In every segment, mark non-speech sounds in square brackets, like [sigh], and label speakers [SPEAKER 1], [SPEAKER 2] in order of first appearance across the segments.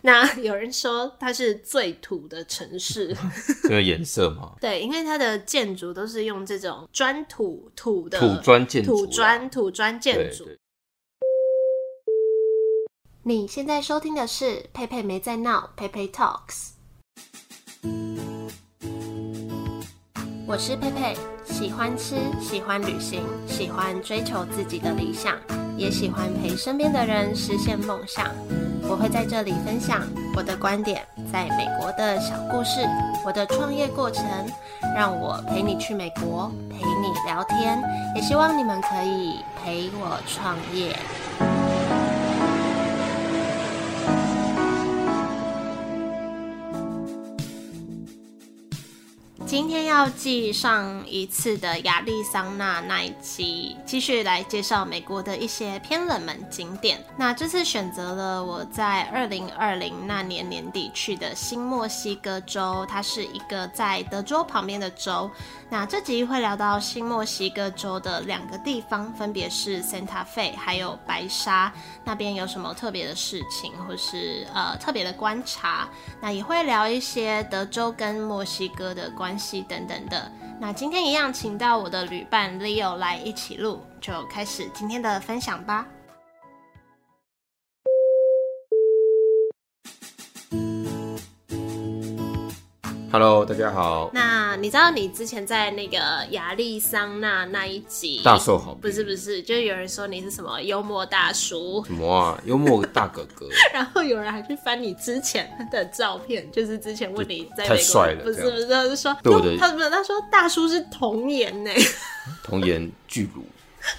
[SPEAKER 1] 那 [laughs] 有人说它是最土的城市，
[SPEAKER 2] 这个颜色嘛，
[SPEAKER 1] 对，因为它的建筑都是用这种砖土土的
[SPEAKER 2] 土砖建筑啊，
[SPEAKER 1] 土砖土砖 [laughs]
[SPEAKER 2] 对
[SPEAKER 1] 建筑。
[SPEAKER 2] 对
[SPEAKER 1] 你现在收听的是佩佩没在闹，佩佩 Talks。我是佩佩，喜欢吃，喜欢旅行，喜欢追求自己的理想，也喜欢陪身边的人实现梦想。我会在这里分享我的观点，在美国的小故事，我的创业过程，让我陪你去美国，陪你聊天，也希望你们可以陪我创业。今天要继上一次的亚利桑那那一集，继续来介绍美国的一些偏冷门景点。那这次选择了我在二零二零那年年底去的新墨西哥州，它是一个在德州旁边的州。那这集会聊到新墨西哥州的两个地方，分别是 Santa Fe 还有白沙那边有什么特别的事情，或是呃特别的观察。那也会聊一些德州跟墨西哥的关系等等的。那今天一样，请到我的旅伴 Leo 来一起录，就开始今天的分享吧。
[SPEAKER 2] Hello，大家好，
[SPEAKER 1] 那你知道你之前在那个亚利桑那那一集
[SPEAKER 2] 大受好
[SPEAKER 1] 不
[SPEAKER 2] 评，
[SPEAKER 1] 是不是，就是有人说你是什么幽默大叔， [laughs]
[SPEAKER 2] 什么啊，幽默大哥哥，
[SPEAKER 1] 然后有人还去翻你之前的照片，就是之前问你在美国
[SPEAKER 2] 太帅了
[SPEAKER 1] 不
[SPEAKER 2] 这
[SPEAKER 1] 是
[SPEAKER 2] 样
[SPEAKER 1] 不是，他就说
[SPEAKER 2] 对我的
[SPEAKER 1] 他不是他说大叔是童颜呢， [laughs]
[SPEAKER 2] 童颜巨乳，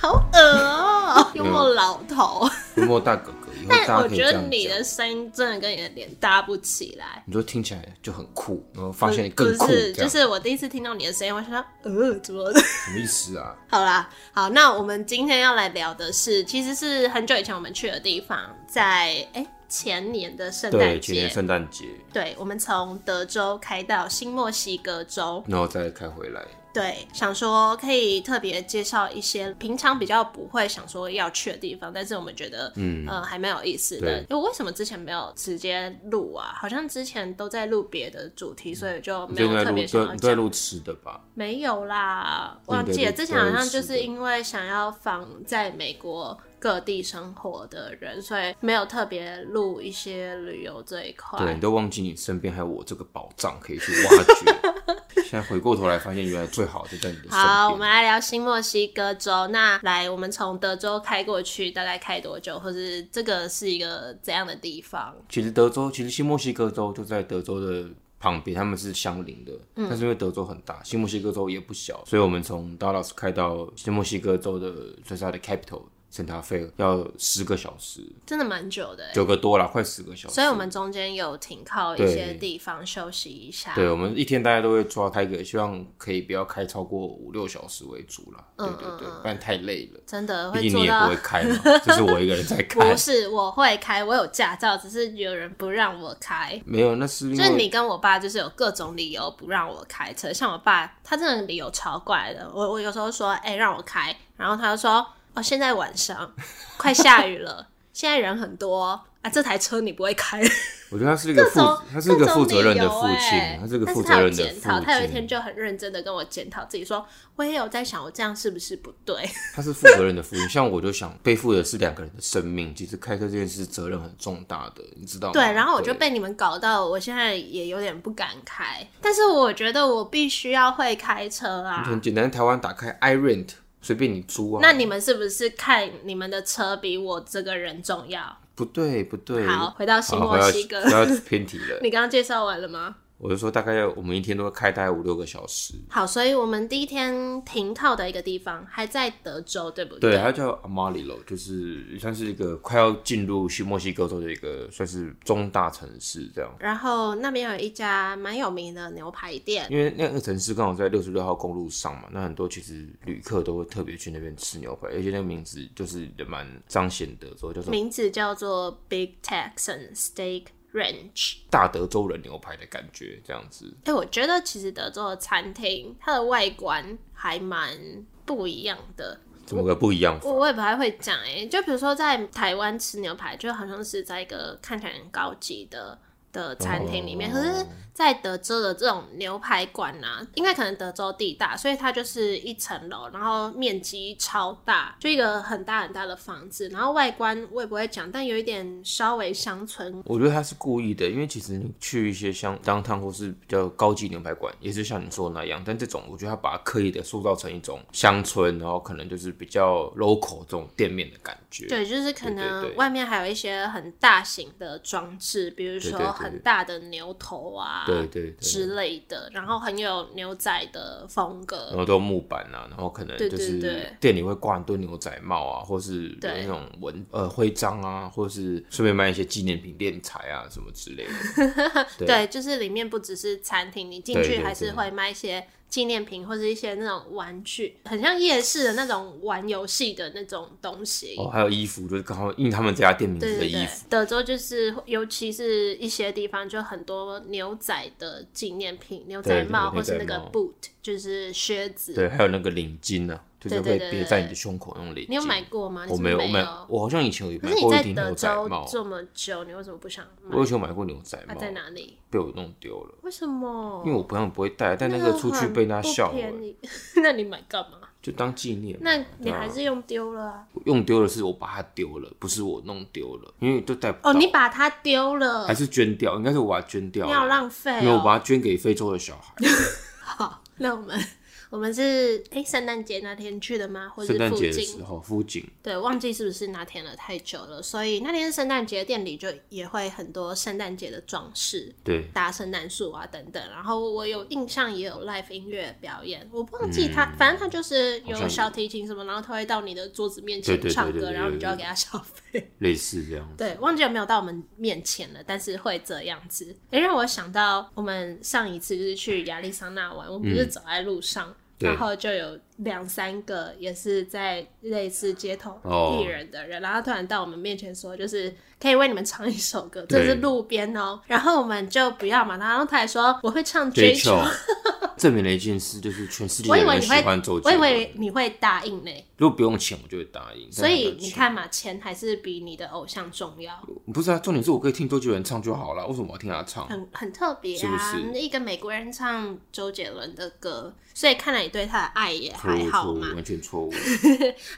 [SPEAKER 1] 好恶哦、幽默老头。
[SPEAKER 2] 幽默大哥哥，以后
[SPEAKER 1] 但
[SPEAKER 2] 大
[SPEAKER 1] 我
[SPEAKER 2] 家可以
[SPEAKER 1] 觉
[SPEAKER 2] 这
[SPEAKER 1] 得
[SPEAKER 2] 样
[SPEAKER 1] 你
[SPEAKER 2] 讲
[SPEAKER 1] 的。声音真的跟你的脸搭不起来。
[SPEAKER 2] 你就听起来就很酷，然后发现
[SPEAKER 1] 不
[SPEAKER 2] 更酷，
[SPEAKER 1] 是，
[SPEAKER 2] 这
[SPEAKER 1] 就
[SPEAKER 2] 样
[SPEAKER 1] 是我第一次听到你的声音，我想到，呃，怎么？
[SPEAKER 2] 什么意思啊？
[SPEAKER 1] [laughs] 好啦，好，那我们今天要来聊的是，其实是很久以前我们去的地方，在哎、前年的圣诞
[SPEAKER 2] 对，今年
[SPEAKER 1] 节，
[SPEAKER 2] 圣诞节，
[SPEAKER 1] 对，我们从德州开到新墨西哥州，
[SPEAKER 2] 然后再开回来，
[SPEAKER 1] 对，想说可以特别介绍一些平常比较不会想说要去的地方，但是我们觉得，嗯，呃，还蛮有意思的
[SPEAKER 2] 对。
[SPEAKER 1] 因为为什么之前没有直接录啊？好像之前都在录别的主题，所以就
[SPEAKER 2] 你
[SPEAKER 1] 没
[SPEAKER 2] 最
[SPEAKER 1] 有
[SPEAKER 2] 近在
[SPEAKER 1] 特
[SPEAKER 2] 录，
[SPEAKER 1] 别想要
[SPEAKER 2] 对，你在
[SPEAKER 1] 讲。
[SPEAKER 2] 录吃的吧？
[SPEAKER 1] 没有啦，
[SPEAKER 2] 对
[SPEAKER 1] 忘记了。
[SPEAKER 2] 对
[SPEAKER 1] 之
[SPEAKER 2] 对
[SPEAKER 1] 前好像就是
[SPEAKER 2] 对是的
[SPEAKER 1] 因为想要访在美国各地生活的人，所以没有特别录一些旅游这一块。
[SPEAKER 2] 对，你都忘记你身边还有我这个宝藏可以去挖掘。
[SPEAKER 1] [laughs]
[SPEAKER 2] 现在回过头来发现，原来最好就在你的身边。
[SPEAKER 1] 好，我们来聊新墨西哥州。那来，我们从德州开过去，大概开多久？或是这个是一个怎样的地方？
[SPEAKER 2] 其实德州，其实新墨西哥州就在德州的旁边，他们是相邻的。
[SPEAKER 1] 嗯
[SPEAKER 2] 但是因为德州很大，新墨西哥州也不小，所以我们从 Dallas 开到新墨西哥州的，算是它的 capital。圣塔菲要十个小时，
[SPEAKER 1] 真的蛮久的欸，
[SPEAKER 2] 九个多啦，快十个小时。
[SPEAKER 1] 所以我们中间有停靠一些地方休息一下。
[SPEAKER 2] 对，我们一天大家都会抓开个，希望可以不要开超过五六小时为主啦。
[SPEAKER 1] 嗯
[SPEAKER 2] 对对对
[SPEAKER 1] 嗯嗯，
[SPEAKER 2] 不然太累了。
[SPEAKER 1] 真的
[SPEAKER 2] 毕
[SPEAKER 1] 会
[SPEAKER 2] 竟
[SPEAKER 1] 做
[SPEAKER 2] 你也不
[SPEAKER 1] 到
[SPEAKER 2] 会。开嘛，就是我一个人在开
[SPEAKER 1] [laughs] 不。是，我会开，我有驾照，只是有人不让我开。
[SPEAKER 2] 没有，那是因
[SPEAKER 1] 就是
[SPEAKER 2] 为
[SPEAKER 1] 你跟我爸就是有各种理由不让我开车，像我爸他真的理由超怪的，我我有时候说哎、让我开，然后他就说哦现在晚上快下雨了，现在人很多啊这台车你不会开，
[SPEAKER 2] 我觉得他是一个
[SPEAKER 1] 各
[SPEAKER 2] 负
[SPEAKER 1] 种，
[SPEAKER 2] 他是一个负责任的
[SPEAKER 1] 各
[SPEAKER 2] 父
[SPEAKER 1] 种理由
[SPEAKER 2] 亲
[SPEAKER 1] 哎，
[SPEAKER 2] 他是一个
[SPEAKER 1] 但
[SPEAKER 2] 负
[SPEAKER 1] 他
[SPEAKER 2] 责
[SPEAKER 1] 有
[SPEAKER 2] 任的
[SPEAKER 1] 检讨，他有一
[SPEAKER 2] 父
[SPEAKER 1] 天
[SPEAKER 2] 亲，
[SPEAKER 1] 就很认真的跟我检讨自己说，我也有在想我这样是不是不对，
[SPEAKER 2] 他是负责任的父亲。像我就想背负的是两个人的生命，其实开车这件事责任很重大的，你知道吗？
[SPEAKER 1] 对，然后我就被你们搞到，我现在也有点不敢开，但是我觉得我必须要会开车啊，
[SPEAKER 2] 很简单，台湾打开 i rent，随便你租啊。
[SPEAKER 1] 那你们是不是看你们的车比我这个人重要？
[SPEAKER 2] 不对不对，
[SPEAKER 1] 嗯好，回到新
[SPEAKER 2] 好
[SPEAKER 1] 墨西哥
[SPEAKER 2] 不，要不要偏题了。
[SPEAKER 1] [laughs] 你刚刚介绍完了吗？
[SPEAKER 2] 我就说大概我们一天都会开大概五六个小时。
[SPEAKER 1] 好，所以我们第一天停靠的一个地方还在德州，对不
[SPEAKER 2] 对，它叫 Amarillo，就是算是一个快要进入新墨西哥州的一个算是中大城市这样。
[SPEAKER 1] 然后那边有一家蛮有名的牛排店，
[SPEAKER 2] 因为那个城市刚好在六十六号公路上嘛，那很多其实旅客都会特别去那边吃牛排，而且那个名字就是也蛮彰显德州，叫做
[SPEAKER 1] 名字叫做 Big Texan Steak Ranch。
[SPEAKER 2] 大德州人牛排的感觉这样子。
[SPEAKER 1] 哎、我觉得其实德州的餐厅它的外观还蛮不一样的。
[SPEAKER 2] 怎么个不一样法？
[SPEAKER 1] 我我也不太会讲哎、就比如说在台湾吃牛排，就好像是在一个看起来很高级的的餐厅里面，
[SPEAKER 2] 哦
[SPEAKER 1] 可是，在德州的这种牛排馆啊，因为可能德州地大，所以它就是一层楼，然后面积超大，就一个很大很大的房子，然后外观我也不会讲，但有一点稍微乡村。
[SPEAKER 2] 我觉得他是故意的，因为其实你去一些像当趟或是比较高级牛排馆，也是像你说的那样，但这种我觉得他把它刻意的塑造成一种乡村，然后可能就是比较 local 这种店面的感觉。
[SPEAKER 1] 对，就是可
[SPEAKER 2] 对对
[SPEAKER 1] 能
[SPEAKER 2] 对
[SPEAKER 1] 外面还有一些很大型的装置，比如
[SPEAKER 2] 对对
[SPEAKER 1] 说
[SPEAKER 2] 对
[SPEAKER 1] 很大的牛头啊，
[SPEAKER 2] 对对对，
[SPEAKER 1] 之类的，然后很有牛仔的风格。
[SPEAKER 2] 然后都有木板啊，然后可能
[SPEAKER 1] 对
[SPEAKER 2] 就
[SPEAKER 1] 对
[SPEAKER 2] 是
[SPEAKER 1] 对
[SPEAKER 2] 店里会挂很多牛仔帽啊，或是有
[SPEAKER 1] 对
[SPEAKER 2] 那种文呃徽章啊，或是顺便卖一些纪念品、练财啊什么之类的。对
[SPEAKER 1] 对，就是里面不只是餐厅，你进
[SPEAKER 2] 对
[SPEAKER 1] 去
[SPEAKER 2] 对
[SPEAKER 1] 还是
[SPEAKER 2] 对
[SPEAKER 1] 会卖一些纪念品或者一些那种玩具，很像夜市的那种玩游戏的那种东西。
[SPEAKER 2] 哦，还有衣服，就是刚好印他们这家店名字
[SPEAKER 1] 对
[SPEAKER 2] 的
[SPEAKER 1] 对
[SPEAKER 2] 衣
[SPEAKER 1] 对
[SPEAKER 2] 服。，
[SPEAKER 1] 德州就是，尤其是一些地方，就很多牛仔的纪念品，牛
[SPEAKER 2] 对
[SPEAKER 1] 仔
[SPEAKER 2] 对
[SPEAKER 1] 帽
[SPEAKER 2] 牛
[SPEAKER 1] 或是
[SPEAKER 2] 仔
[SPEAKER 1] 那个
[SPEAKER 2] 帽
[SPEAKER 1] boot，就是靴子。
[SPEAKER 2] 对，还有那个领巾啊，就
[SPEAKER 1] 对
[SPEAKER 2] 是会
[SPEAKER 1] 对对
[SPEAKER 2] 别
[SPEAKER 1] 对
[SPEAKER 2] 在你
[SPEAKER 1] 对
[SPEAKER 2] 的胸口用领巾。
[SPEAKER 1] 你有买过吗？你
[SPEAKER 2] 我
[SPEAKER 1] 是不
[SPEAKER 2] 没
[SPEAKER 1] 是
[SPEAKER 2] 有，我
[SPEAKER 1] 没
[SPEAKER 2] 买，我好像以前有
[SPEAKER 1] 可
[SPEAKER 2] 买
[SPEAKER 1] 是你
[SPEAKER 2] 过一
[SPEAKER 1] 在
[SPEAKER 2] 顶
[SPEAKER 1] 德
[SPEAKER 2] 牛仔
[SPEAKER 1] 州
[SPEAKER 2] 帽，
[SPEAKER 1] 这么久，你为什么不想买
[SPEAKER 2] 我以？前有买过牛仔
[SPEAKER 1] 它
[SPEAKER 2] 帽，
[SPEAKER 1] 在哪哦里？
[SPEAKER 2] 被我弄丢了，
[SPEAKER 1] 为什么？
[SPEAKER 2] 因为我平常不会戴，但那个出去被人家笑了，
[SPEAKER 1] 宜。 [laughs] 那你买干嘛？
[SPEAKER 2] 就当纪念嘛。
[SPEAKER 1] 那你
[SPEAKER 2] 对啊
[SPEAKER 1] 还是用丢了啊、
[SPEAKER 2] 用丢了是我把它丢了，不是我弄丢了，因为都带不到。
[SPEAKER 1] 哦，你把它丢了
[SPEAKER 2] 啊还，是捐掉？应该是我把它捐掉
[SPEAKER 1] 你好
[SPEAKER 2] 了，
[SPEAKER 1] 浪费、
[SPEAKER 2] 因为我
[SPEAKER 1] 哦。
[SPEAKER 2] 把它捐给非洲的小孩。
[SPEAKER 1] 好，那我们我们是哎，圣诞节那天去的吗？或
[SPEAKER 2] 圣
[SPEAKER 1] 是
[SPEAKER 2] 诞
[SPEAKER 1] 附
[SPEAKER 2] 节的时
[SPEAKER 1] 近？
[SPEAKER 2] 候，附近
[SPEAKER 1] 对，忘记是不是那天了，太久了。所以那天圣诞节店里就也会很多圣诞节的装饰。
[SPEAKER 2] 对
[SPEAKER 1] 搭圣诞树啊等等，然后我有印象也有 live 音乐表演，我忘记他，反正他就是
[SPEAKER 2] 嗯好像有
[SPEAKER 1] 有小提琴什么，然后他会到你的桌子面
[SPEAKER 2] 对
[SPEAKER 1] 前
[SPEAKER 2] 对对
[SPEAKER 1] 唱
[SPEAKER 2] 对
[SPEAKER 1] 歌，
[SPEAKER 2] 对
[SPEAKER 1] 然后
[SPEAKER 2] 对
[SPEAKER 1] 你就要
[SPEAKER 2] 对
[SPEAKER 1] 给他消费。
[SPEAKER 2] 类似这样。
[SPEAKER 1] 对，忘记有没有到我们面前了，但是会这样子。哎、让我想到我们上一次就是去亚利桑那玩，我们不是走在路上，
[SPEAKER 2] 嗯对
[SPEAKER 1] 然后就有两三个也是在类似街头
[SPEAKER 2] 哦
[SPEAKER 1] 艺人的人，然后突然到我们面前说，就是可以为你们唱一首歌，这是
[SPEAKER 2] 对
[SPEAKER 1] 路边哦、然后我们就不要嘛，然后他还说我会唱 J
[SPEAKER 2] J
[SPEAKER 1] Q，
[SPEAKER 2] Chou 证明了一件事，就是全世界
[SPEAKER 1] 我以
[SPEAKER 2] 的
[SPEAKER 1] 为
[SPEAKER 2] 人
[SPEAKER 1] 你
[SPEAKER 2] 喜
[SPEAKER 1] 会
[SPEAKER 2] 欢周，杰
[SPEAKER 1] 我以
[SPEAKER 2] 伦。
[SPEAKER 1] 为你会答应呢、
[SPEAKER 2] 如果不用钱，我就会答应。
[SPEAKER 1] 所
[SPEAKER 2] 但
[SPEAKER 1] 以
[SPEAKER 2] 是
[SPEAKER 1] 你看嘛，钱还是比你的偶像重要。
[SPEAKER 2] 不是啊，重点是我可以听周杰伦唱就好了，为什么我要听他唱？
[SPEAKER 1] 很很特别
[SPEAKER 2] 是不
[SPEAKER 1] 啊！
[SPEAKER 2] 是
[SPEAKER 1] 一个美国人唱周杰伦的歌，所以看来你对他的爱也
[SPEAKER 2] 错
[SPEAKER 1] 还
[SPEAKER 2] 误，
[SPEAKER 1] 好
[SPEAKER 2] 错误，
[SPEAKER 1] 嘛。
[SPEAKER 2] 完全错误。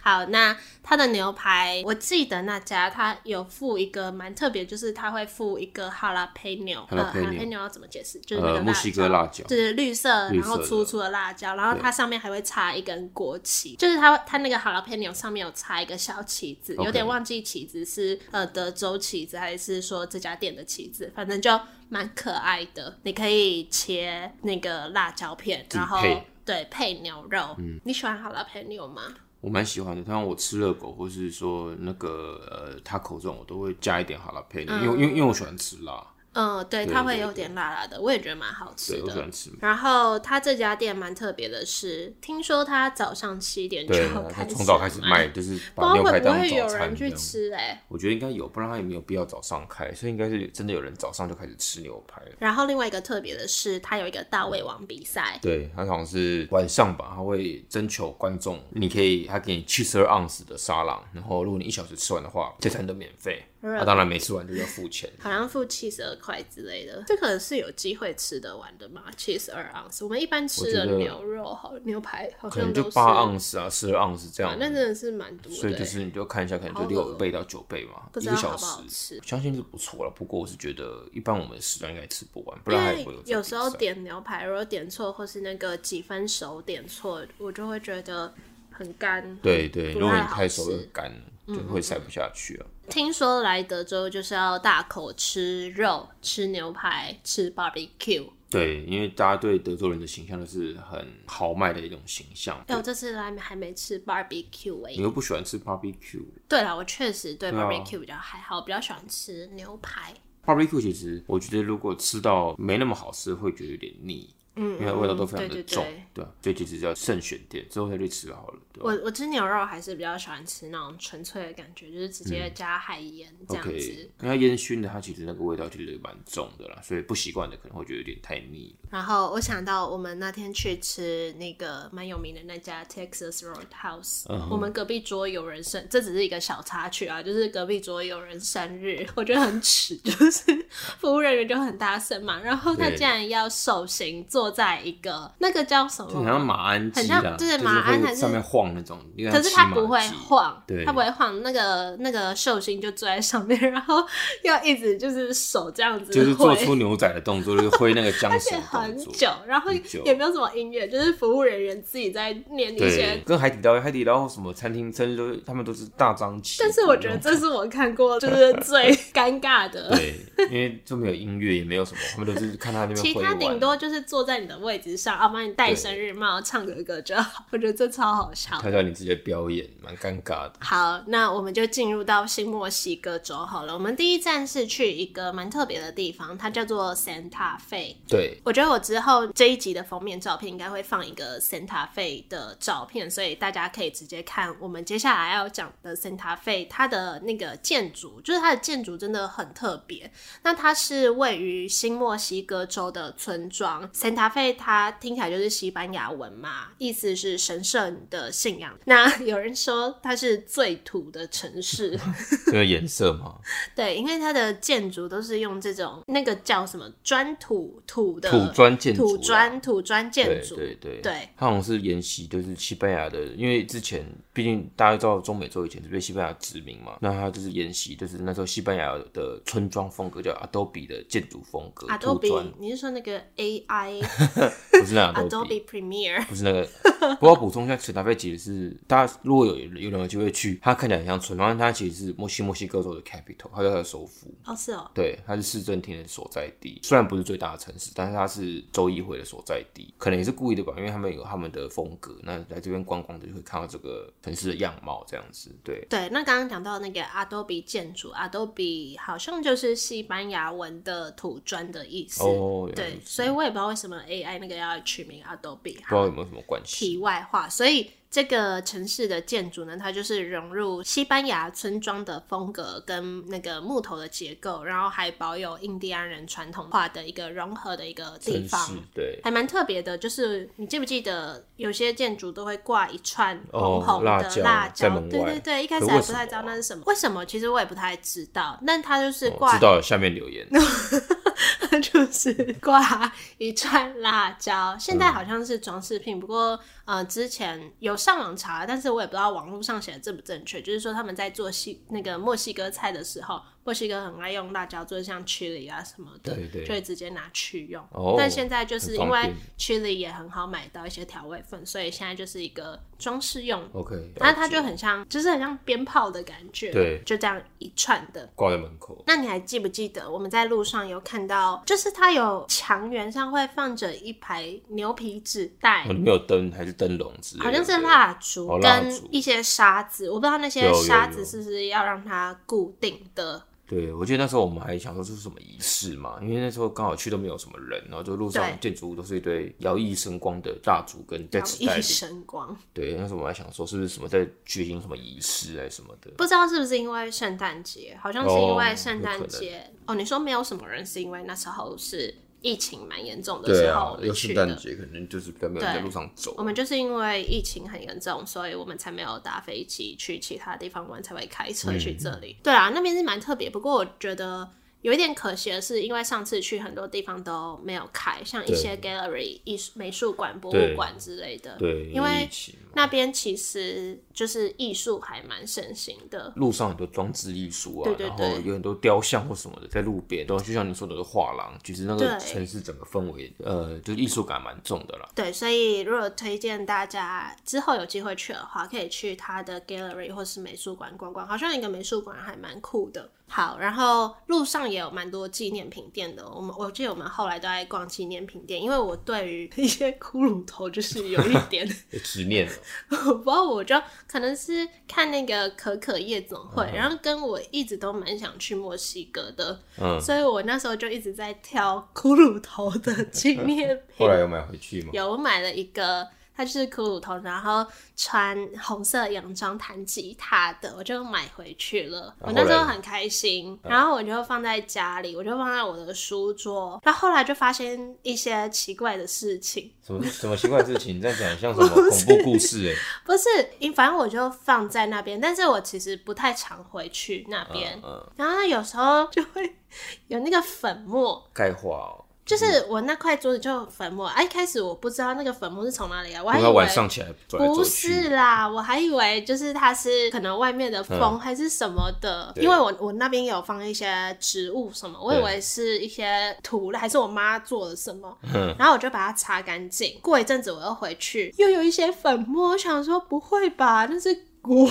[SPEAKER 1] 好，那他的牛排，我记得那家他有附一个蛮特别，就是他会附一个哈拉佩牛，呃，哈
[SPEAKER 2] Jalapeno
[SPEAKER 1] 拉佩牛要怎么解释？就是那个
[SPEAKER 2] 呃，
[SPEAKER 1] 辣
[SPEAKER 2] 墨西哥
[SPEAKER 1] 椒
[SPEAKER 2] 辣椒，
[SPEAKER 1] 就是绿色，
[SPEAKER 2] 绿
[SPEAKER 1] 然
[SPEAKER 2] 色的
[SPEAKER 1] 后粗粗的辣椒，然后它上面还会插一根国旗，就是它它那个 jalapeno 上面有插一个小旗子，
[SPEAKER 2] OK
[SPEAKER 1] 有点忘记旗子是呃德州旗子还是说这家店的旗子，反正就蛮可爱的。你可以切那个辣椒片，
[SPEAKER 2] 自己
[SPEAKER 1] 然后
[SPEAKER 2] 配嗯
[SPEAKER 1] 对配牛肉。你喜欢 jalapeno 吗？
[SPEAKER 2] 我蛮喜欢的。像我吃热狗，或是说那个呃 taco 这种，我都会加一点哈拉佩，因为因为因为我喜欢吃辣，
[SPEAKER 1] 嗯，对，
[SPEAKER 2] 对
[SPEAKER 1] 它会
[SPEAKER 2] 对
[SPEAKER 1] 有点辣辣的，我也觉得蛮好吃
[SPEAKER 2] 对我喜
[SPEAKER 1] 的。
[SPEAKER 2] 欢吃。
[SPEAKER 1] 然后它这家店蛮特别的是，听说它早上七点就
[SPEAKER 2] 对，
[SPEAKER 1] 开
[SPEAKER 2] 他
[SPEAKER 1] 始
[SPEAKER 2] 从早开始卖，就是
[SPEAKER 1] 不知道
[SPEAKER 2] 把牛
[SPEAKER 1] 会
[SPEAKER 2] 排
[SPEAKER 1] 不
[SPEAKER 2] 当
[SPEAKER 1] 会
[SPEAKER 2] 早
[SPEAKER 1] 有人
[SPEAKER 2] 餐这
[SPEAKER 1] 去
[SPEAKER 2] 样。
[SPEAKER 1] 吃哎、
[SPEAKER 2] 我觉得应该有，不然他也没有必要早上开，所以应该是真的有人早上就开始吃牛排了。
[SPEAKER 1] 然后另外一个特别的是，它有一个大胃王比赛，
[SPEAKER 2] 对，他好像是晚上吧，他会征求观众，你可以他给你七十二盎司的沙朗，然后如果你一小时吃完的话，这餐都免费。
[SPEAKER 1] 嗯
[SPEAKER 2] 他、当然没吃完就要付钱。
[SPEAKER 1] 好像付七十二块之类的。这个是有机会吃得完的吗？七十二盎司，我们一般吃的
[SPEAKER 2] 我觉得
[SPEAKER 1] 牛肉好牛排好
[SPEAKER 2] 可
[SPEAKER 1] 像
[SPEAKER 2] 能
[SPEAKER 1] 都，
[SPEAKER 2] 就是八盎司啊，十二盎司这样
[SPEAKER 1] 反，正真的是蛮多
[SPEAKER 2] 所以
[SPEAKER 1] 的、欸
[SPEAKER 2] 就是你就看一下，可能就
[SPEAKER 1] 好
[SPEAKER 2] 六
[SPEAKER 1] 恶
[SPEAKER 2] 倍到九倍嘛，
[SPEAKER 1] 不
[SPEAKER 2] 一
[SPEAKER 1] 知道
[SPEAKER 2] 个
[SPEAKER 1] 好
[SPEAKER 2] 小
[SPEAKER 1] 不好
[SPEAKER 2] 时，
[SPEAKER 1] 吃。
[SPEAKER 2] 相信是不错了。不过我是觉得，一般我们时段应该吃不完，不
[SPEAKER 1] 因
[SPEAKER 2] 然还不
[SPEAKER 1] 为
[SPEAKER 2] 会
[SPEAKER 1] 有时候
[SPEAKER 2] 点
[SPEAKER 1] 点牛排，如果点错或是那个几分熟点错，我就会觉得很干。
[SPEAKER 2] 对对，
[SPEAKER 1] 不
[SPEAKER 2] 如果
[SPEAKER 1] 太
[SPEAKER 2] 你
[SPEAKER 1] 好
[SPEAKER 2] 太熟
[SPEAKER 1] 吃嗯
[SPEAKER 2] 又干了，就会塞不下去啊。
[SPEAKER 1] 听说来德州就是要大口吃肉、吃牛排、吃 barbecue。
[SPEAKER 2] 对，因为大家对德州人的形象都是很豪迈的一种形象。
[SPEAKER 1] 哎、我这次来还没吃 barbecue 哎、
[SPEAKER 2] 你又不喜欢吃 barbecue。
[SPEAKER 1] 对了，我确实对
[SPEAKER 2] 对啊
[SPEAKER 1] barbecue 比较还好，比较喜欢吃牛排。
[SPEAKER 2] barbecue 其实我觉得如果吃到没那么好吃，会觉得有点腻。
[SPEAKER 1] 嗯，
[SPEAKER 2] 因为味道都
[SPEAKER 1] 对
[SPEAKER 2] 非常
[SPEAKER 1] 对
[SPEAKER 2] 的重，
[SPEAKER 1] 对
[SPEAKER 2] 对啊，所以其实要慎选店，之后再去吃好了，对吧
[SPEAKER 1] 我我吃牛肉还是比较喜欢吃那种纯粹的感觉，就是直接加海盐这样
[SPEAKER 2] 嗯？OK，
[SPEAKER 1] 子。
[SPEAKER 2] 因为它烟熏的，它其实那个味道其实也蛮重的啦，所以不习惯的可能会觉得有点太腻了。
[SPEAKER 1] 然后我想到我们那天去吃那个蛮有名的那家 Texas Roadhouse，、我
[SPEAKER 2] 嗯
[SPEAKER 1] 们隔壁桌有人生，这只是一个小插曲啊，就是隔壁桌有人生日， [laughs] 我觉得很耻，就是服务人员就很大声嘛，然后他
[SPEAKER 2] 对
[SPEAKER 1] 竟然要手刑坐在一个那个叫什
[SPEAKER 2] 就很
[SPEAKER 1] 么？
[SPEAKER 2] 像马鞍鸡
[SPEAKER 1] 哦很
[SPEAKER 2] 啦，
[SPEAKER 1] 像
[SPEAKER 2] 就
[SPEAKER 1] 对
[SPEAKER 2] 是
[SPEAKER 1] 马鞍
[SPEAKER 2] 会
[SPEAKER 1] 还是
[SPEAKER 2] 上面晃那种，因为
[SPEAKER 1] 可是
[SPEAKER 2] 骑
[SPEAKER 1] 他
[SPEAKER 2] 马
[SPEAKER 1] 不会
[SPEAKER 2] 鸡
[SPEAKER 1] 晃
[SPEAKER 2] 对，
[SPEAKER 1] 他不会晃，那个那个寿星就坐在上面， [laughs] 然后要一直就是手这样子挥，
[SPEAKER 2] [laughs] 就是做出牛仔的动作，就是挥那
[SPEAKER 1] [laughs]
[SPEAKER 2] 个缰绳
[SPEAKER 1] 且
[SPEAKER 2] 动
[SPEAKER 1] 很
[SPEAKER 2] 作。
[SPEAKER 1] 久，然后
[SPEAKER 2] 很久
[SPEAKER 1] 也没有什么音乐，就是服务人员自己在念一
[SPEAKER 2] 对
[SPEAKER 1] 些。，
[SPEAKER 2] 跟海底捞、海底捞什么餐厅，真的都他们都是大张旗鼓。
[SPEAKER 1] 但是我觉得这是我看
[SPEAKER 2] [laughs]
[SPEAKER 1] 过就是最尴尬的，
[SPEAKER 2] 对，因为就没有音乐，也没有什么，他们都是看他那边
[SPEAKER 1] 其
[SPEAKER 2] 挥
[SPEAKER 1] 他
[SPEAKER 2] 完。
[SPEAKER 1] 顶多就是坐在你的位置上，啊，帮你戴生日帽，唱个歌就好。我觉得这超好笑。
[SPEAKER 2] 看到你自己的表演，蛮尴尬的。
[SPEAKER 1] 好，那我们就进入到新墨西哥州好了。我们第一站是去一个蛮特别的地方，它叫做 Santa Fe。
[SPEAKER 2] 对，
[SPEAKER 1] 我觉得我之后这一集的封面照片应该会放一个 Santa Fe 的照片，所以大家可以直接看我们接下来要讲的 Santa Fe 它的那个建筑，就是它的建筑真的很特别。那它是位于新墨西哥州的村庄，Santa Fe 它听起来就是西班牙文嘛，意思是神圣的信仰。那有人说它是最土的城
[SPEAKER 2] [laughs]
[SPEAKER 1] 市，
[SPEAKER 2] 这个颜色嘛，
[SPEAKER 1] 对，因为它的建筑都是用这种那个叫什么砖土土 [laughs] 的
[SPEAKER 2] 土砖建筑啦，啊
[SPEAKER 1] 土砖土砖建
[SPEAKER 2] 对
[SPEAKER 1] 筑，
[SPEAKER 2] 对对
[SPEAKER 1] 对，
[SPEAKER 2] 它好像是沿袭就是西班牙的，因为之前毕竟大家知道中美洲以前是被西班牙殖民嘛，那它就是沿袭就是那时候西班牙的村庄风格，叫 Adobe 的建筑风格，土砖
[SPEAKER 1] Adobe，你是说那个 AI
[SPEAKER 2] 不是那 [laughs] Adobe。
[SPEAKER 1] Adobe Premiere？
[SPEAKER 2] 不是那个，不过我补充一下，水达菲其实是大家如果有有两个机会去，它看起来很像村庄，但它其实是墨西墨西哥州的 capital，它叫它的首府。
[SPEAKER 1] 哦，是哦，
[SPEAKER 2] 对，它是市政厅的所在地，虽然不是最大的城市，但是它是州议会的所在地，可能也是故意的吧，因为他们有他们的风格，那来这边观光的就会看到这个城市的样貌这样子。对，
[SPEAKER 1] 对，那刚刚讲到那个 Adobe 建筑，Adobe 好像就是西班牙文的土砖的意思。
[SPEAKER 2] 哦，原来
[SPEAKER 1] 对
[SPEAKER 2] 如，此
[SPEAKER 1] 所以我也不知道为什么 AI 那个要取名 Adobe。
[SPEAKER 2] 不知道有没有什么关系？
[SPEAKER 1] 题外话，所以这个城市的建筑呢，它就是融入西班牙村庄的风格跟那个木头的结构，然后还保有印第安人传统化的一个融合的一个地
[SPEAKER 2] 城市
[SPEAKER 1] 方。
[SPEAKER 2] 对，
[SPEAKER 1] 还蛮特别的，就是你记不记得有些建筑都会挂一串
[SPEAKER 2] 哦
[SPEAKER 1] 红红的
[SPEAKER 2] 辣椒
[SPEAKER 1] 辣
[SPEAKER 2] 在门
[SPEAKER 1] 对
[SPEAKER 2] 外
[SPEAKER 1] 对对，一开始
[SPEAKER 2] 可
[SPEAKER 1] 还
[SPEAKER 2] 为
[SPEAKER 1] 不太
[SPEAKER 2] 什么
[SPEAKER 1] 知道
[SPEAKER 2] 啊
[SPEAKER 1] 那是什么，为什么？其实我也不太知道，但它就是
[SPEAKER 2] 我
[SPEAKER 1] 挂
[SPEAKER 2] 哦知道了，下面留言。
[SPEAKER 1] [laughs] 就是挂一串辣椒，现
[SPEAKER 2] 嗯
[SPEAKER 1] 在好像是装饰品，不过呃，之前有上网查，但是我也不知道网络上写的正不正确。就是说他们在做西那个墨西哥菜的时候，墨西哥很爱用辣椒做像 chili 啊什么的，
[SPEAKER 2] 对对
[SPEAKER 1] 就会直接拿去用。
[SPEAKER 2] 哦
[SPEAKER 1] 但现在就是因
[SPEAKER 2] 很方
[SPEAKER 1] 为
[SPEAKER 2] 便
[SPEAKER 1] chili 也很好买到一些调味粉，所以现在就是一个装饰用。
[SPEAKER 2] OK，
[SPEAKER 1] 那它就
[SPEAKER 2] 哦了解
[SPEAKER 1] 很像，就是很像鞭炮的感觉，
[SPEAKER 2] 对
[SPEAKER 1] 就这样一串的。
[SPEAKER 2] 挂在门口。
[SPEAKER 1] 那你还记不记得我们在路上有看到，就是它有墙原上会放着一排牛皮纸袋
[SPEAKER 2] 哦，，里面有灯还是灯笼之类的，
[SPEAKER 1] 哎好像是
[SPEAKER 2] 对
[SPEAKER 1] 蜡烛
[SPEAKER 2] 哦蜡
[SPEAKER 1] 跟
[SPEAKER 2] 烛
[SPEAKER 1] 一些沙子，我不知道那些
[SPEAKER 2] 有有
[SPEAKER 1] 沙子
[SPEAKER 2] 有
[SPEAKER 1] 是不是要让它固定的。
[SPEAKER 2] 对，我记得那时候我们还想说这是什么仪式嘛，因为那时候刚好去都没有什么人，然后就路上
[SPEAKER 1] 对
[SPEAKER 2] 建筑物都是一堆摇曳生光的蜡烛跟在
[SPEAKER 1] 然后
[SPEAKER 2] 纸袋
[SPEAKER 1] 一
[SPEAKER 2] 里。
[SPEAKER 1] 神光，
[SPEAKER 2] 对，那时候我们还想说是不是什么在举行什么仪式还是什么的。
[SPEAKER 1] 不知道是不是因为圣诞节，好像是因为圣诞节哦你说没有什么人，是因为那时候是疫情蛮严重的时
[SPEAKER 2] 啊
[SPEAKER 1] 候我们去的。
[SPEAKER 2] 节，可能就是比较没有
[SPEAKER 1] 人在路
[SPEAKER 2] 上走
[SPEAKER 1] 我们就是因为疫情很严重，所以我们才没有搭飞机去其他地方玩，才会开车去这
[SPEAKER 2] 嗯
[SPEAKER 1] 里。对啊，那边是蛮特别，不过我觉得。有一点可惜的是，因为上次去很多地方都没有开，像一些 gallery 艺术美术馆、博物馆之类的。
[SPEAKER 2] 对，
[SPEAKER 1] 因为
[SPEAKER 2] 疫情嘛
[SPEAKER 1] 那边其实就是艺术还蛮盛行的。
[SPEAKER 2] 路上很多装置艺术啊，
[SPEAKER 1] 对对
[SPEAKER 2] 然后
[SPEAKER 1] 对
[SPEAKER 2] 有很多雕像或什么的在路边，然后就像你说的画廊，其实那个
[SPEAKER 1] 对
[SPEAKER 2] 城市整个氛围，呃，就是艺术感蛮重的啦。
[SPEAKER 1] 对，所以如果推荐大家之后有机会去的话，可以去他的 gallery 或是美术馆逛逛，好像一个美术馆还蛮酷的。好，然后路上也有蛮多纪念品店的哦。我们我记得我们后来都在逛纪念品店，因为我对于一些骷髅头就是有一点 [laughs]
[SPEAKER 2] 有执念了，
[SPEAKER 1] 我不知道，我就可能是看那个可可夜总会，然后跟我一直都蛮想去墨西哥的，
[SPEAKER 2] 嗯，
[SPEAKER 1] 所以我那时候就一直在挑骷髅头的纪念
[SPEAKER 2] 后
[SPEAKER 1] 品。
[SPEAKER 2] 来有买回去吗？
[SPEAKER 1] 有我买了一个，它就是骷髅头，然后穿红色洋装弹吉他的，我就买回去了。
[SPEAKER 2] 啊
[SPEAKER 1] 我那时候
[SPEAKER 2] 后来呢嗯
[SPEAKER 1] 很开心，然后我就放在家里，我就放在我的书桌。那后来就发现一些奇怪的事情，
[SPEAKER 2] 什么什么奇怪的事情？你这样讲像什么恐怖故事、欸？
[SPEAKER 1] 不是，因反正我就放在那边，但是我其实不太常回去那边。
[SPEAKER 2] 嗯嗯，
[SPEAKER 1] 然后有时候就会有那个粉末，
[SPEAKER 2] 钙化哦，
[SPEAKER 1] 就是我那块桌子就有粉末。啊，一开始我不知道那个粉末是从哪里来，我还
[SPEAKER 2] 因
[SPEAKER 1] 以
[SPEAKER 2] 为它
[SPEAKER 1] 为
[SPEAKER 2] 晚上起来走来走
[SPEAKER 1] 不
[SPEAKER 2] 去
[SPEAKER 1] 是，啦，我还以为就是它是可能外面的风还是什么的，
[SPEAKER 2] 嗯对
[SPEAKER 1] 因为我我那边有放一些植物什么，我以
[SPEAKER 2] 对
[SPEAKER 1] 为是一些土还是我妈做的什么，
[SPEAKER 2] 嗯，
[SPEAKER 1] 然后我就把它擦干净。过一阵子我又回去，又有一些粉末，我想说不会吧，那是骨。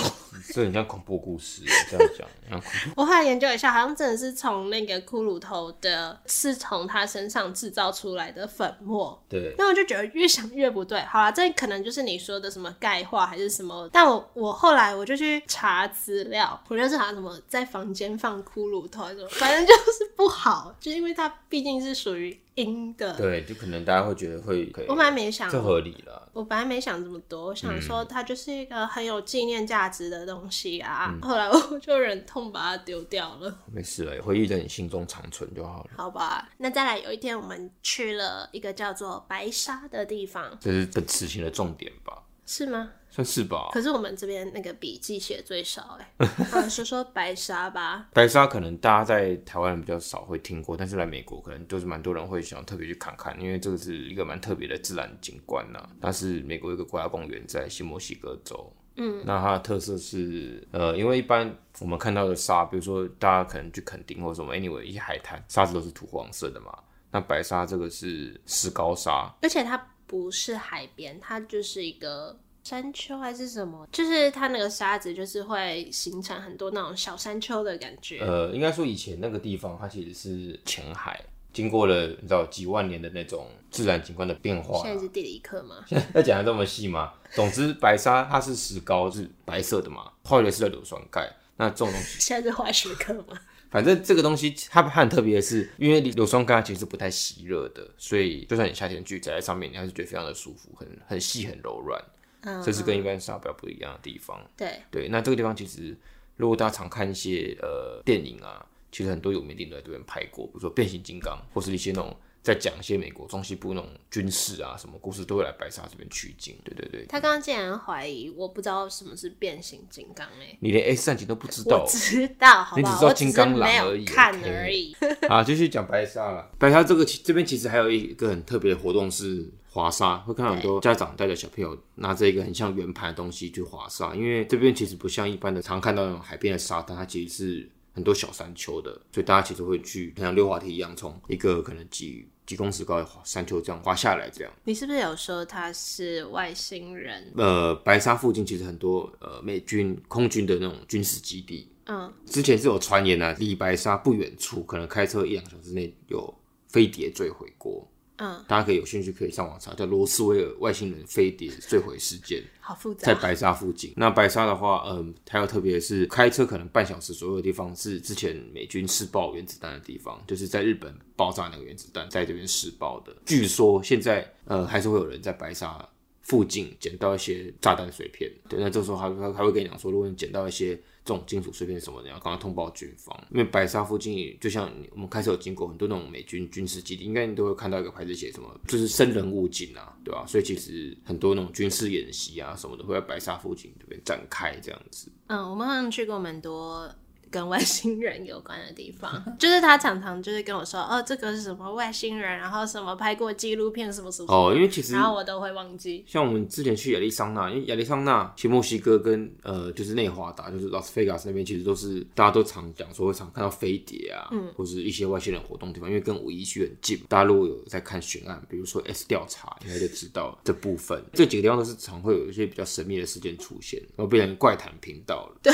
[SPEAKER 2] 这很像恐怖故事、欸，这样讲，像恐 [laughs]
[SPEAKER 1] [laughs]
[SPEAKER 2] 怖
[SPEAKER 1] 我后来研究一下，好像真的是从那个骷髅头的，是从他身上制造出来的粉末。
[SPEAKER 2] 对，
[SPEAKER 1] 那我就觉得越想越不对。好啦，这可能就是你说的什么钙化还是什么。但我我后来我就去查资料，我就查什么在房间放骷髅头还是什么，反正就是不好，就因为它毕竟是属于阴的。
[SPEAKER 2] 对，就可能大家会觉得会，可以
[SPEAKER 1] 我本来没想
[SPEAKER 2] 这嗯合理啦，
[SPEAKER 1] 我本来没想这么多，我想说它就是一个很有纪念价值的东西啊。
[SPEAKER 2] 嗯
[SPEAKER 1] 后来我就忍痛把它丢掉了。
[SPEAKER 2] 没事了，回忆在你心中长存就好了。
[SPEAKER 1] 好吧，那再来有一天，我们去了一个叫做白沙的地方，
[SPEAKER 2] 这是本事情的重点吧？
[SPEAKER 1] 是吗？
[SPEAKER 2] 算是吧。
[SPEAKER 1] 可是我们这边那个笔记写最少
[SPEAKER 2] [laughs]
[SPEAKER 1] 哎、欸，啊，说说白沙吧。
[SPEAKER 2] 白沙可能大家在台湾比较少会听过，但是来美国可能就是蛮多人会想特别去看看，因为这个是一个蛮特别的自然景观呐、它是美国有一个国家公园在新墨西哥州，嗯，那它的特色是呃，因为一般我们看到的沙，比如说大家可能去垦丁或者什么，anyway 一些海滩沙子都是土黄色的嘛，那白沙这个是石膏沙，
[SPEAKER 1] 而且它不是海边，它就是一个山丘还是什么，就是它那个沙子就是会形成很多那种小山丘的感觉。
[SPEAKER 2] 呃，应该说以前那个地方它其实是浅海，经过了你知道几万年的那种自然景观的变化啦，
[SPEAKER 1] 现在是地理课吗？ [laughs]
[SPEAKER 2] [laughs] 要讲的这么细吗？总之，白沙它是石膏，是白色的嘛，化学式的硫酸钙。那这种东西，
[SPEAKER 1] 现在是化学课
[SPEAKER 2] [laughs]
[SPEAKER 1] 吗？
[SPEAKER 2] 反正这个东西它它很特别的是，因为硫酸钙它其实不太吸热的，所以就算你夏天去宅在上面，你还是觉得非常的舒服，很很细很柔软。
[SPEAKER 1] 嗯，
[SPEAKER 2] 这是跟一般沙比较不一样的地方。
[SPEAKER 1] 对，
[SPEAKER 2] 对，那这个地方其实如果大家常看一些呃电影啊，其实很多有名电影都在这边拍过，比如说《变形金刚》或是一些那种。在讲一些美国中西部那种军事啊什么故事，都会来白沙这边取景。对对对，
[SPEAKER 1] 他刚刚竟然怀疑我不知道什么是变形金刚哎、
[SPEAKER 2] 你连 X 战警都不知道
[SPEAKER 1] 我
[SPEAKER 2] [laughs]
[SPEAKER 1] 知道，好
[SPEAKER 2] 你
[SPEAKER 1] 不
[SPEAKER 2] 只知
[SPEAKER 1] 好？
[SPEAKER 2] 道
[SPEAKER 1] 我只
[SPEAKER 2] 金
[SPEAKER 1] 是
[SPEAKER 2] 刚
[SPEAKER 1] 没
[SPEAKER 2] 狼而
[SPEAKER 1] 有
[SPEAKER 2] 已
[SPEAKER 1] 看
[SPEAKER 2] OK
[SPEAKER 1] 而已。
[SPEAKER 2] 啊！继续讲白沙了。白沙这个其这边其实还有一个很特别的活动是滑沙，会看到很多家长带着小朋友拿着一个很像圆盘的东西去滑沙，因为这边其实不像一般的常看到那种海边的沙滩，它其实是很多小山丘的，所以大家其实会去像溜滑梯一样从一个可能几几公尺高的滑山丘这样滑下来这样。
[SPEAKER 1] 你是不是有说他是外星人？
[SPEAKER 2] 呃，白沙附近其实很多呃美军空军的那种军事基地，
[SPEAKER 1] 嗯，
[SPEAKER 2] 之前是有传言啊，离白沙不远处，可能开车一两个小时内有飞碟坠毁过。
[SPEAKER 1] 嗯，
[SPEAKER 2] 大家可以有兴趣可以上网查，叫罗斯威尔外星人飞碟坠毁事件，
[SPEAKER 1] 好复杂
[SPEAKER 2] 在。白沙附近。那白沙的话，嗯，还有特别是开车可能半小时左右的地方，是之前美军试爆原子弹的地方，就是在日本爆炸那个原子弹，在这边试爆的。据说现在呃还是会有人在白沙附近捡到一些炸弹碎片。对，那这时候还还还会跟你讲说，如果你捡到一些这种金属碎片什么的，你要赶快通报军方，因为白沙附近就像你我们开始有经过很多那种美军军事基地，应该你都会看到一个牌子写什么，就是生人勿近啊，对吧、所以其实很多那种军事演习啊什么的会在白沙附近这边展开这样子。
[SPEAKER 1] 嗯，我们好像去过蛮多跟外星人有关的地方， [laughs] 就是他常常就是跟我说，哦，这个是什么外星人，然后什么拍过纪录片，什么什么，
[SPEAKER 2] 哦，因为其实
[SPEAKER 1] 然后我都会忘记。
[SPEAKER 2] 像我们之前去亚利桑那，因为亚利桑那其实墨西哥跟呃就是内华达，就是拉斯维加斯那边，其实都是大家都常讲说会常看到飞碟啊，嗯，或是一些外星人活动的地方，因为跟五一区很近。大家如果有在看悬案，比如说 S 调查，应该就知道这部分。这几个地方都是常会有一些比较神秘的事件出现，然后变成怪谈频道了。对，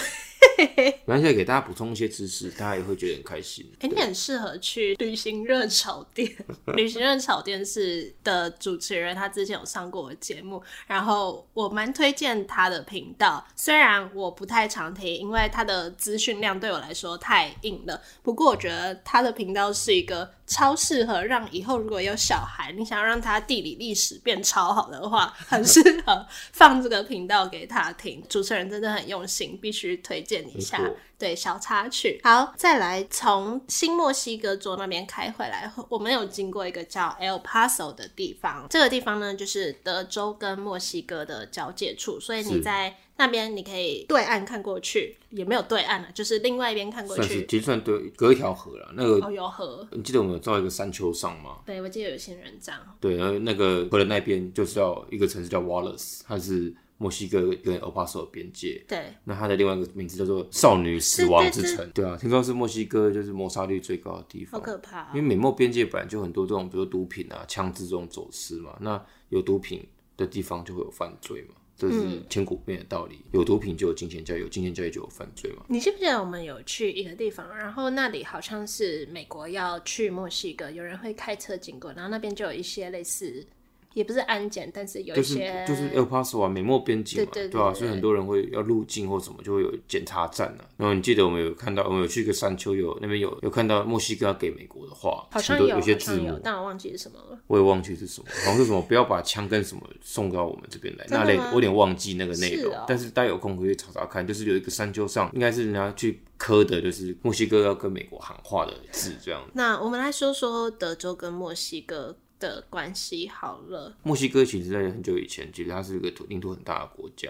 [SPEAKER 2] 没关系，给大家补充一些知识，大家也会觉得很开心。
[SPEAKER 1] 哎、你很适合去旅行热炒店。 [laughs] 旅行热炒店是的主持人，他之前有上过我的节目，然后我蛮推荐他的频道。虽然我不太常听，因为他的资讯量对我来说太硬了，不过我觉得他的频道是一个超适合让以后如果有小孩，你想要让他地理历史变超好的话，很适合放这个频道给他听。主持人真的很用心，必须推荐一下
[SPEAKER 2] 没错。
[SPEAKER 1] 对，小插曲。好，再来从新墨西哥州那边开回来，我们有经过一个叫 El Paso 的地方。这个地方呢，就是德州跟墨西哥的交界处，所以你
[SPEAKER 2] 是
[SPEAKER 1] 在那边你可以对岸看过去，也没有对岸了、就是另外一边看过
[SPEAKER 2] 算是
[SPEAKER 1] 去，
[SPEAKER 2] 其实算对，隔一条河了。那个、
[SPEAKER 1] 哦，有河。
[SPEAKER 2] 你记得我们有到一个山丘上吗？
[SPEAKER 1] 对，我记得有些人这样。
[SPEAKER 2] 对，然后那个河的那边就是要一个城市叫 Wallace，它是墨西哥跟 El Paso 的边界。
[SPEAKER 1] 对，
[SPEAKER 2] 那它的另外一个名字叫做少女死亡之
[SPEAKER 1] 对
[SPEAKER 2] 城，对啊，听说是墨西哥就是谋杀率最高的地
[SPEAKER 1] 好
[SPEAKER 2] 方，
[SPEAKER 1] 可怕、哦
[SPEAKER 2] 因为美墨边界本来就很多这种，比如毒品啊、枪支这种走私嘛，那有毒品的地方就会有犯罪嘛，这
[SPEAKER 1] 嗯
[SPEAKER 2] 是千古不变的道理。有毒品就有金钱交易，有金钱交易就有犯罪嘛。
[SPEAKER 1] 你记不记得我们有去一个地方，然后那里好像是美国要去墨西哥，有人会开车经过，然后那边就有一些类似，也不是安检，但是有
[SPEAKER 2] 就
[SPEAKER 1] 一
[SPEAKER 2] 是
[SPEAKER 1] 些
[SPEAKER 2] 就是 El Paso 啊，美墨边境嘛，
[SPEAKER 1] 对对对
[SPEAKER 2] 啊，
[SPEAKER 1] 对
[SPEAKER 2] 所以很多人会要入境或什么，就会有检查站啊。然后你记得我们有看到，我们有去一个山丘，有那边有有看到墨西哥要给美国的话，
[SPEAKER 1] 好
[SPEAKER 2] 很
[SPEAKER 1] 像
[SPEAKER 2] 多
[SPEAKER 1] 有
[SPEAKER 2] 有些
[SPEAKER 1] 好
[SPEAKER 2] 字
[SPEAKER 1] 像
[SPEAKER 2] 幕
[SPEAKER 1] 有，，但我忘记是什么了。
[SPEAKER 2] 我也忘记是什么，好像是什么不要把枪跟什么送到我们这边来
[SPEAKER 1] 真的
[SPEAKER 2] 那类的
[SPEAKER 1] 吗，
[SPEAKER 2] 我有点忘记那个内
[SPEAKER 1] 啊是
[SPEAKER 2] 容。
[SPEAKER 1] 哦
[SPEAKER 2] 但是大家有空可以查查看，就是有一个山丘上，应该是人家去磕的，就是墨西哥要跟美国喊话的字这样。
[SPEAKER 1] 那我们来说说德州跟墨西哥的关系好了。
[SPEAKER 2] 墨西哥其实在很久以前，其实它是一个土领土很大的国家，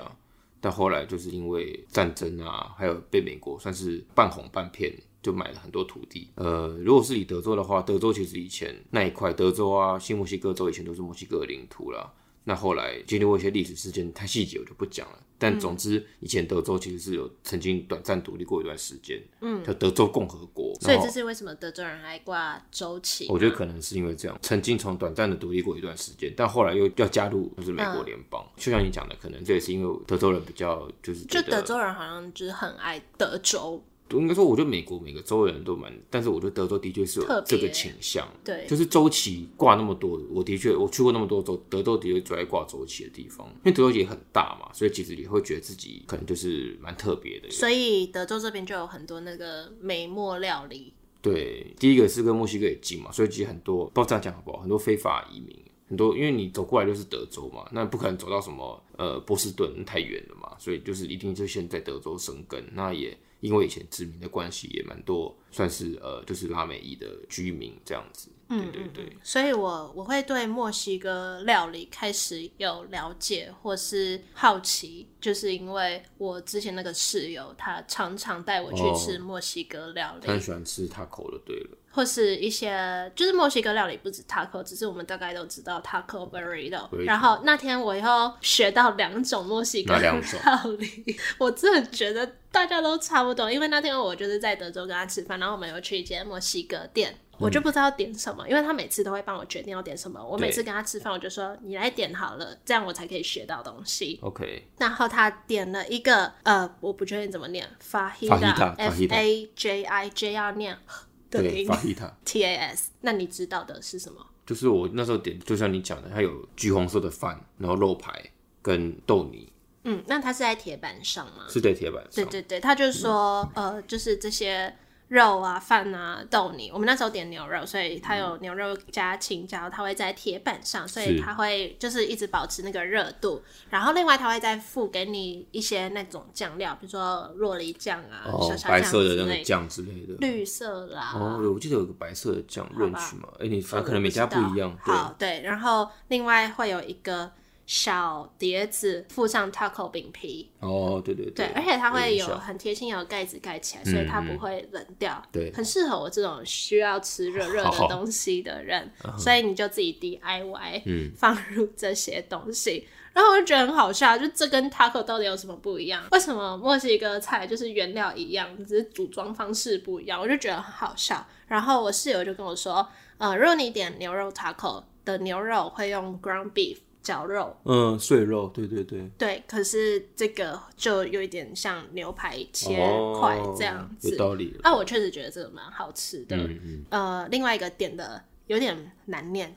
[SPEAKER 2] 但后来就是因为战争啊，还有被美国算是半哄半骗，就买了很多土地。呃，如果是以德州的话，德州其实以前那一块德州啊、新墨西哥州以前都是墨西哥的领土啦。那后来经历过一些历史事件，太细节我就不讲了。但总之，以前德州其实是有曾经短暂独立过一段时间，嗯，叫德州共和国。
[SPEAKER 1] 所以
[SPEAKER 2] 然后
[SPEAKER 1] 这是为什么德州人爱挂州旗？
[SPEAKER 2] 我觉得可能是因为这样，曾经从短暂的独立过一段时间，但后来又要加入就是美
[SPEAKER 1] 嗯
[SPEAKER 2] 国联邦。就像你讲的，可能这也是因为德州人比较就是觉
[SPEAKER 1] 就德
[SPEAKER 2] 得，
[SPEAKER 1] 州人好像就是很爱德州，
[SPEAKER 2] 应该说我觉得美国每个州人都蛮，但是我觉得德州的确是
[SPEAKER 1] 特
[SPEAKER 2] 有
[SPEAKER 1] 别
[SPEAKER 2] 这个倾向。
[SPEAKER 1] 对，
[SPEAKER 2] 就是周期挂那么多，我的确我去过那么多州，德州的确最爱挂周期的地方，因为德州也很大嘛，所以其实也会觉得自己可能就是蛮特别的。
[SPEAKER 1] 所以德州这边就有很多那个美墨料理。
[SPEAKER 2] 对，第一个是跟墨西哥也近嘛，所以其实很多，不知道这样讲好不好，很多非法移民，很多因为你走过来就是德州嘛，那不可能走到什么呃波士顿太远了嘛，所以就是一定就先在德州生根。那也因为以前殖民的关系，也蛮多算是呃就是拉美裔的居民这样子。
[SPEAKER 1] 嗯
[SPEAKER 2] 对对对，
[SPEAKER 1] 所以我我会对墨西哥料理开始有了解或是好奇，就是因为我之前那个室友他常常带我去
[SPEAKER 2] 哦
[SPEAKER 1] 吃墨西哥料理，
[SPEAKER 2] 他很喜欢吃 taco 的，对了，
[SPEAKER 1] 或是一些就是墨西哥料理不止 taco，只是我们大概都知道 taco burrito。
[SPEAKER 2] Burrito
[SPEAKER 1] 然后那天我又学到两种墨西哥
[SPEAKER 2] 哪
[SPEAKER 1] 料
[SPEAKER 2] 两种
[SPEAKER 1] 理，我真的觉得大家都差不多，因为那天我就是在德州跟他吃饭，然后我们有去一间墨西哥店。
[SPEAKER 2] 嗯
[SPEAKER 1] 我就不知道点什么，因为他每次都会帮我决定要点什么。我每
[SPEAKER 2] 对
[SPEAKER 1] 次跟他吃饭，我就说你来点好了，这样我才可以学到东西。
[SPEAKER 2] OK，
[SPEAKER 1] 然后他点了一个呃，我不确定怎么念 f a h i d a
[SPEAKER 2] Fajita，
[SPEAKER 1] f a j i j 要念的
[SPEAKER 2] 对，
[SPEAKER 1] 音
[SPEAKER 2] 法伊塔。
[SPEAKER 1] T A S，那你知道的是什么？
[SPEAKER 2] 就是我那时候点，就像你讲的，它有橘红色的饭，然后肉排跟豆泥
[SPEAKER 1] 嗯，那它是在铁板上吗？
[SPEAKER 2] 是在铁板上
[SPEAKER 1] 对，对对，他就说、呃，就是这些肉啊、饭啊、豆泥，我们那时候点牛肉，所以它有牛肉加青椒，它会在铁板上，所以
[SPEAKER 2] 嗯是
[SPEAKER 1] 它会就是一直保持那个热度。然后另外它会再附给你一些那种酱料，比如说洛梨酱啊、小
[SPEAKER 2] 哦，
[SPEAKER 1] 小
[SPEAKER 2] 白
[SPEAKER 1] 酱
[SPEAKER 2] 色的那
[SPEAKER 1] 之类
[SPEAKER 2] 个
[SPEAKER 1] 的，
[SPEAKER 2] 酱之类的，
[SPEAKER 1] 绿色啊啦。
[SPEAKER 2] 哦，我记得有个白色的酱润曲嘛，哎、你反正可能每家不一样，对，
[SPEAKER 1] 好，对，然后另外会有一个小碟子，附上 taco 饼皮，
[SPEAKER 2] 哦，对对
[SPEAKER 1] 对，而且它会有
[SPEAKER 2] 印象
[SPEAKER 1] 很贴心，有盖子盖起来，所以它不会冷掉。
[SPEAKER 2] 嗯对
[SPEAKER 1] 很适合我这种需要吃热热的
[SPEAKER 2] 好
[SPEAKER 1] 东西的人，所以你就自己 DIY，
[SPEAKER 2] 嗯
[SPEAKER 1] [laughs] 放入这些东西。然后我就觉得很好笑，就这跟 taco 到底有什么不一样？为什么墨西哥菜就是原料一样，只是组装方式不一样？我就觉得很好笑。然后我室友就跟我说，呃，如果你点牛肉 taco 的牛肉会用 ground beef 绞肉，
[SPEAKER 2] 嗯，碎肉，对对对，
[SPEAKER 1] 对，可是这个就有一点像牛排切块这样
[SPEAKER 2] 哦
[SPEAKER 1] 子
[SPEAKER 2] 有。道理了。
[SPEAKER 1] 啊，我确实觉得这个蛮好吃的。
[SPEAKER 2] 嗯嗯，
[SPEAKER 1] 呃，另外一个点的有点难念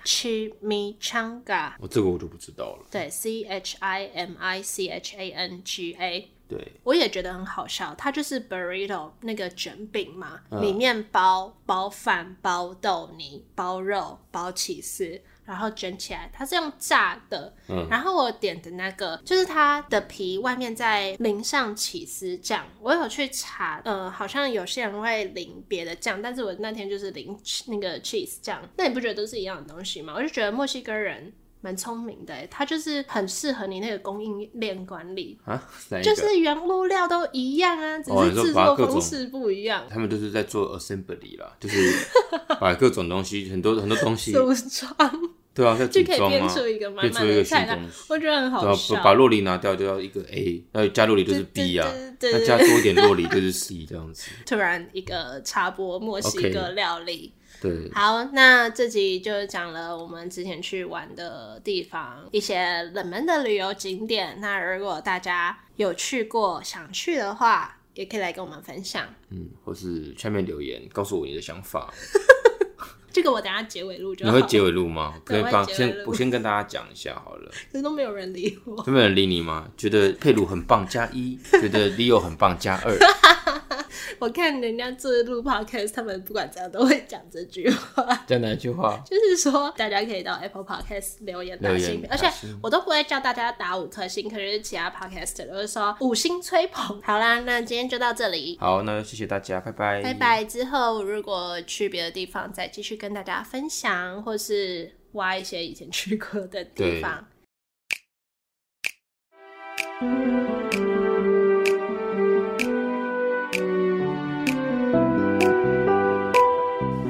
[SPEAKER 1] ，chimichanga，
[SPEAKER 2] 我这个我就不知道了。
[SPEAKER 1] 对，c h i m i c h a n g a。
[SPEAKER 2] 对，
[SPEAKER 1] 我也觉得很好笑，它就是 burrito 那个卷饼嘛，里面包包饭、包豆泥、包肉、包起司，然后卷起来，它是用炸的。
[SPEAKER 2] 嗯
[SPEAKER 1] 然后我点的那个就是它的皮外面再淋上起司酱，我有去查，呃，好像有些人会淋别的酱，但是我那天就是淋 che- 那个 cheese 酱。那你不觉得都是一样的东西吗？我就觉得墨西哥人。蛮聪明的欸，他就是很适合你那个供应链管理，
[SPEAKER 2] 啊，哪一
[SPEAKER 1] 就
[SPEAKER 2] 个？
[SPEAKER 1] 是原物料都一样啊，只
[SPEAKER 2] 哦
[SPEAKER 1] 是
[SPEAKER 2] 你说
[SPEAKER 1] 制
[SPEAKER 2] 把
[SPEAKER 1] 作
[SPEAKER 2] 各种
[SPEAKER 1] 方式不一样。
[SPEAKER 2] 他们就是在做 assembly 啦，就是把各种东西，很多很多
[SPEAKER 1] [laughs]
[SPEAKER 2] 东西，
[SPEAKER 1] 组装
[SPEAKER 2] 对啊，在
[SPEAKER 1] 就
[SPEAKER 2] 组
[SPEAKER 1] 可以
[SPEAKER 2] 装
[SPEAKER 1] 编
[SPEAKER 2] 啊，
[SPEAKER 1] 出一个满
[SPEAKER 2] 变出
[SPEAKER 1] 满
[SPEAKER 2] 一
[SPEAKER 1] 的
[SPEAKER 2] 个新
[SPEAKER 1] 菜单
[SPEAKER 2] 东西。，
[SPEAKER 1] 我觉得很
[SPEAKER 2] 对
[SPEAKER 1] 好
[SPEAKER 2] 啊，
[SPEAKER 1] 笑。
[SPEAKER 2] 把把洛梨拿掉就要一个 A，那加洛梨就是
[SPEAKER 1] 对
[SPEAKER 2] B 啊，
[SPEAKER 1] 对对对
[SPEAKER 2] 那加多一点洛梨就是 C 这样子。
[SPEAKER 1] 突然一个插播墨西哥
[SPEAKER 2] OK
[SPEAKER 1] 料理。
[SPEAKER 2] 对，
[SPEAKER 1] 好，那这集就讲了我们之前去玩的地方，一些冷门的旅游景点。那如果大家有去过，想去的话，也可以来跟我们分享。
[SPEAKER 2] 嗯，或是下面留言告诉我你的想法。
[SPEAKER 1] 这个我等一下结尾录就
[SPEAKER 2] [laughs] 你
[SPEAKER 1] 好。
[SPEAKER 2] 会结尾录吗？
[SPEAKER 1] 对
[SPEAKER 2] 跟
[SPEAKER 1] 我会
[SPEAKER 2] 帮
[SPEAKER 1] 结尾
[SPEAKER 2] 先
[SPEAKER 1] 录
[SPEAKER 2] 我先跟大家讲一下好了。 [laughs]
[SPEAKER 1] 可是都没有人理我。
[SPEAKER 2] 有没有人理你吗？觉得佩鲁很棒加一，觉得 Leo 很棒加
[SPEAKER 1] [laughs]
[SPEAKER 2] 二。
[SPEAKER 1] 我看人家做录 podcast，他们不管怎样都会讲这句话。 [laughs]
[SPEAKER 2] 讲哪一句话？
[SPEAKER 1] 就是说，大家可以到 Apple Podcast 留言打
[SPEAKER 2] 留言
[SPEAKER 1] 星评，
[SPEAKER 2] 打
[SPEAKER 1] 而
[SPEAKER 2] 星
[SPEAKER 1] 且我都不会叫大家打五颗星，可是其他 Podcast 都会说五星吹捧。好啦，那今天就到这里，
[SPEAKER 2] 好，那谢谢大家，拜拜，
[SPEAKER 1] 拜。拜。之后如果去别的地方，再继续跟大家分享，或是挖一些以前去过的地
[SPEAKER 2] 对
[SPEAKER 1] 方。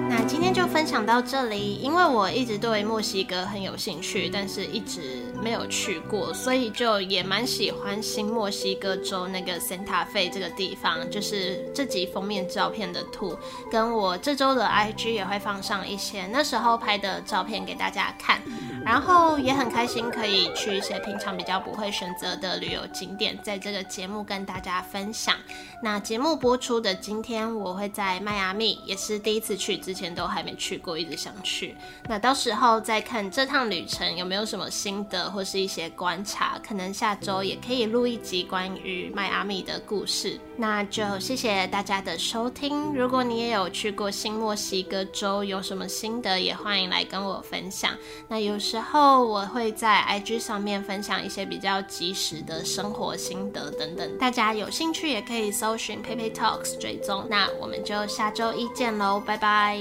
[SPEAKER 1] 那今天就分享到这里，因为我一直对墨西哥很有兴趣，但是一直没有去过，所以就也蛮喜欢新墨西哥州那个 Santa Fe 这个地方，就是这集封面照片的图，跟我这周的 IG 也会放上一些那时候拍的照片给大家看。然后也很开心可以去一些平常比较不会选择的旅游景点，在这个节目跟大家分享。那节目播出的今天，我会在迈阿密，也是第一次去，之前都还没去过，一直想去。那到时候再看这趟旅程有没有什么心得或是一些观察，可能下周也可以录一集关于迈阿密的故事。那就谢谢大家的收听。如果你也有去过新墨西哥州，有什么心得，也欢迎来跟我分享。那有时候我会在 IG 上面分享一些比较及时的生活心得等等，大家有兴趣也可以搜寻 p a y p a y Talks 追踪。那我们就下周一见喽，拜拜。